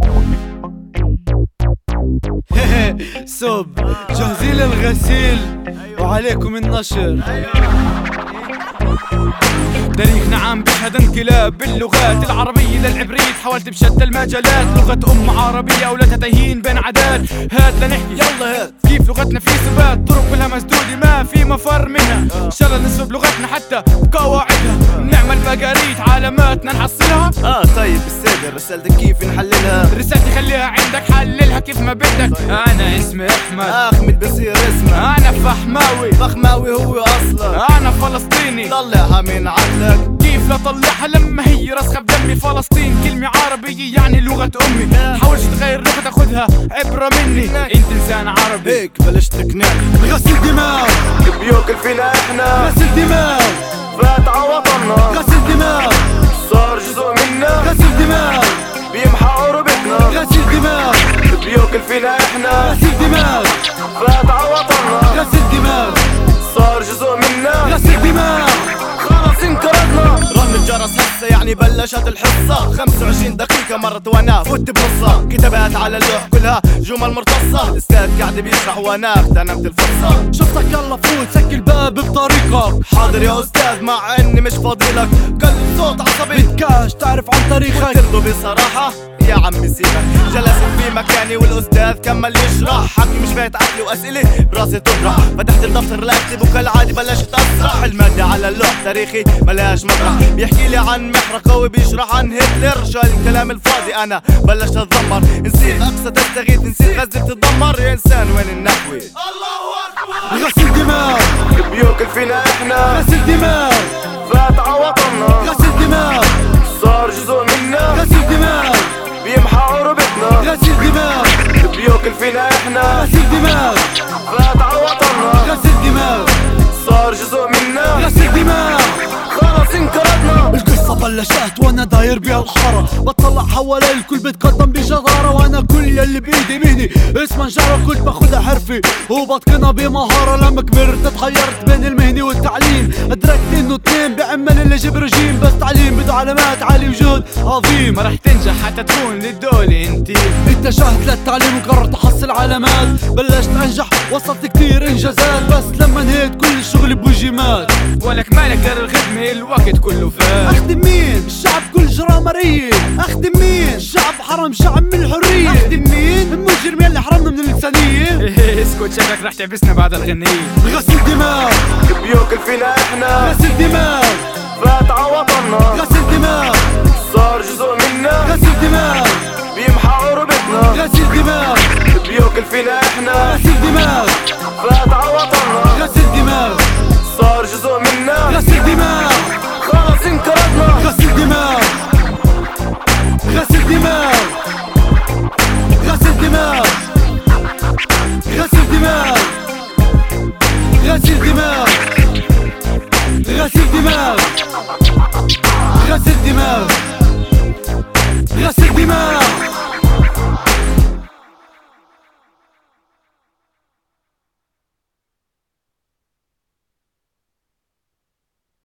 سب جاهزين للغسيل وعليكم النشر تاريخنا عم بيشهد نعم انقلاب باللغات العربية للعبرية حاولت بشتى المجالات لغة أم عربية أو لا تتهين بين عادات هات لنحكي يلا هات كيف لغتنا في ثبات طرق كلها مسدودة ما في مفر منها إن شاء الله نسلب لغتنا حتى بقواعدها نعمل مقاريد علاماتنا نحصلها اه طيب السادة رسالتك كيف نحللها رسالتي خليها عندك حللها كيف ما بدك أنا اسمي أحمد احمد بصير اسمه أنا فحماوي فخماوي هو اصلا أنا فلسطيني طلعها من عقلك كيف لطلعها لما هي راسخة بدمي فلسطين كلمة عربية يعني لغة أمي حاولش تغير لغة تاخدها عبرة مني أنت إنسان عربي هيك بلشت تقنعني غسل دماغ بيوكل فينا احنا غسل دماغ فات على وطننا غسل دماغ صار جزء منا غسل دماغ بيمحى عروبتنا غسل دماغ بيوكل فينا احنا غسل دماغ فات على وطننا غسل دماغ صار جزء منا غسل دماغ خلاص انقرضنا رن الجرس هسه يعني بلشت الحصة 25 دقيقة مرت وانا فوت بنصها كتابات على اللوح كلها جمل مرتصة الاستاذ قاعد بيشرح وانا اغتنمت الفرصة شفتك يلا فوت سكر الباب بطريقك حاضر يا استاذ مع اني مش فاضي لك قلب صوت عصبي كاش تعرف عن تاريخك ترضوا بصراحة يا عمي سيبك جلست في مكاني والاستاذ كمل يشرح حكي مش فايت عقلي واسئله براسي تطرح فتحت الدفتر لاكتب وكالعاده بلشت اسرح الماده على اللوح تاريخي ملهاش مطرح بيحكي لي عن محرق قوي بيشرح عن هتلر شو الكلام الفاضي انا بلشت اتذمر نسيت اقصى تستغيث نسيت غزه تتدمر يا انسان وين النحوي غسل دماغ بيوكل فينا احنا غسل دماغ فات على وطننا غسل دماغ صار جزء منا غسل دماغ بيمحى عروبتنا غسل دماغ بيوكل فينا احنا غسل دماغ فات على وطننا غسل دماغ صار جزء منا غسل دماغ خلص انقرضنا القصة بلشت وانا داير بيها الحارة بطلع حوالي الكل بتقدم بجدارة وانا كل يلي بايدي مهني اسمها نجارة كنت باخدها حرفي وبتقنها بمهارة لما كبرت تغيرت بين المهنة والتعليم ادركت انه اتنين بعمل اللي جيب رجيم بس تعليم بده علامات عالي وجهد عظيم ما رح تنجح حتى تكون للدولة انت اتجهت للتعليم وقررت احصل علامات بلشت انجح وصلت كتير انجازات بس لما انهيت كل الشغل بوجي مات ولك مالك دار الخدمة الوقت كله فات اخدم مين الشعب كل جرامرية اخدم مين الشعب حرم شعب من الحرية اخدم مين المجرم يلي حرمنا من اللسانية اسكت شكلك رح تعبسنا بعد الغنية غسل دماغ بيوكل فينا احنا غسل دماغ فات على وطننا غسل دماغ صار جزء منا غسل دماغ بيمحى عروبتنا غسل دماغ بيوكل فينا احنا غسل دماغ فات على وطننا غسل دماغ صار جزء منا غسل دماغ خلص انقرضنا غسل دماغ غسل دماغ غسل دماغ غسل دماغ غسل دماغ غسل دماغ غسل دماغ غسل دماغ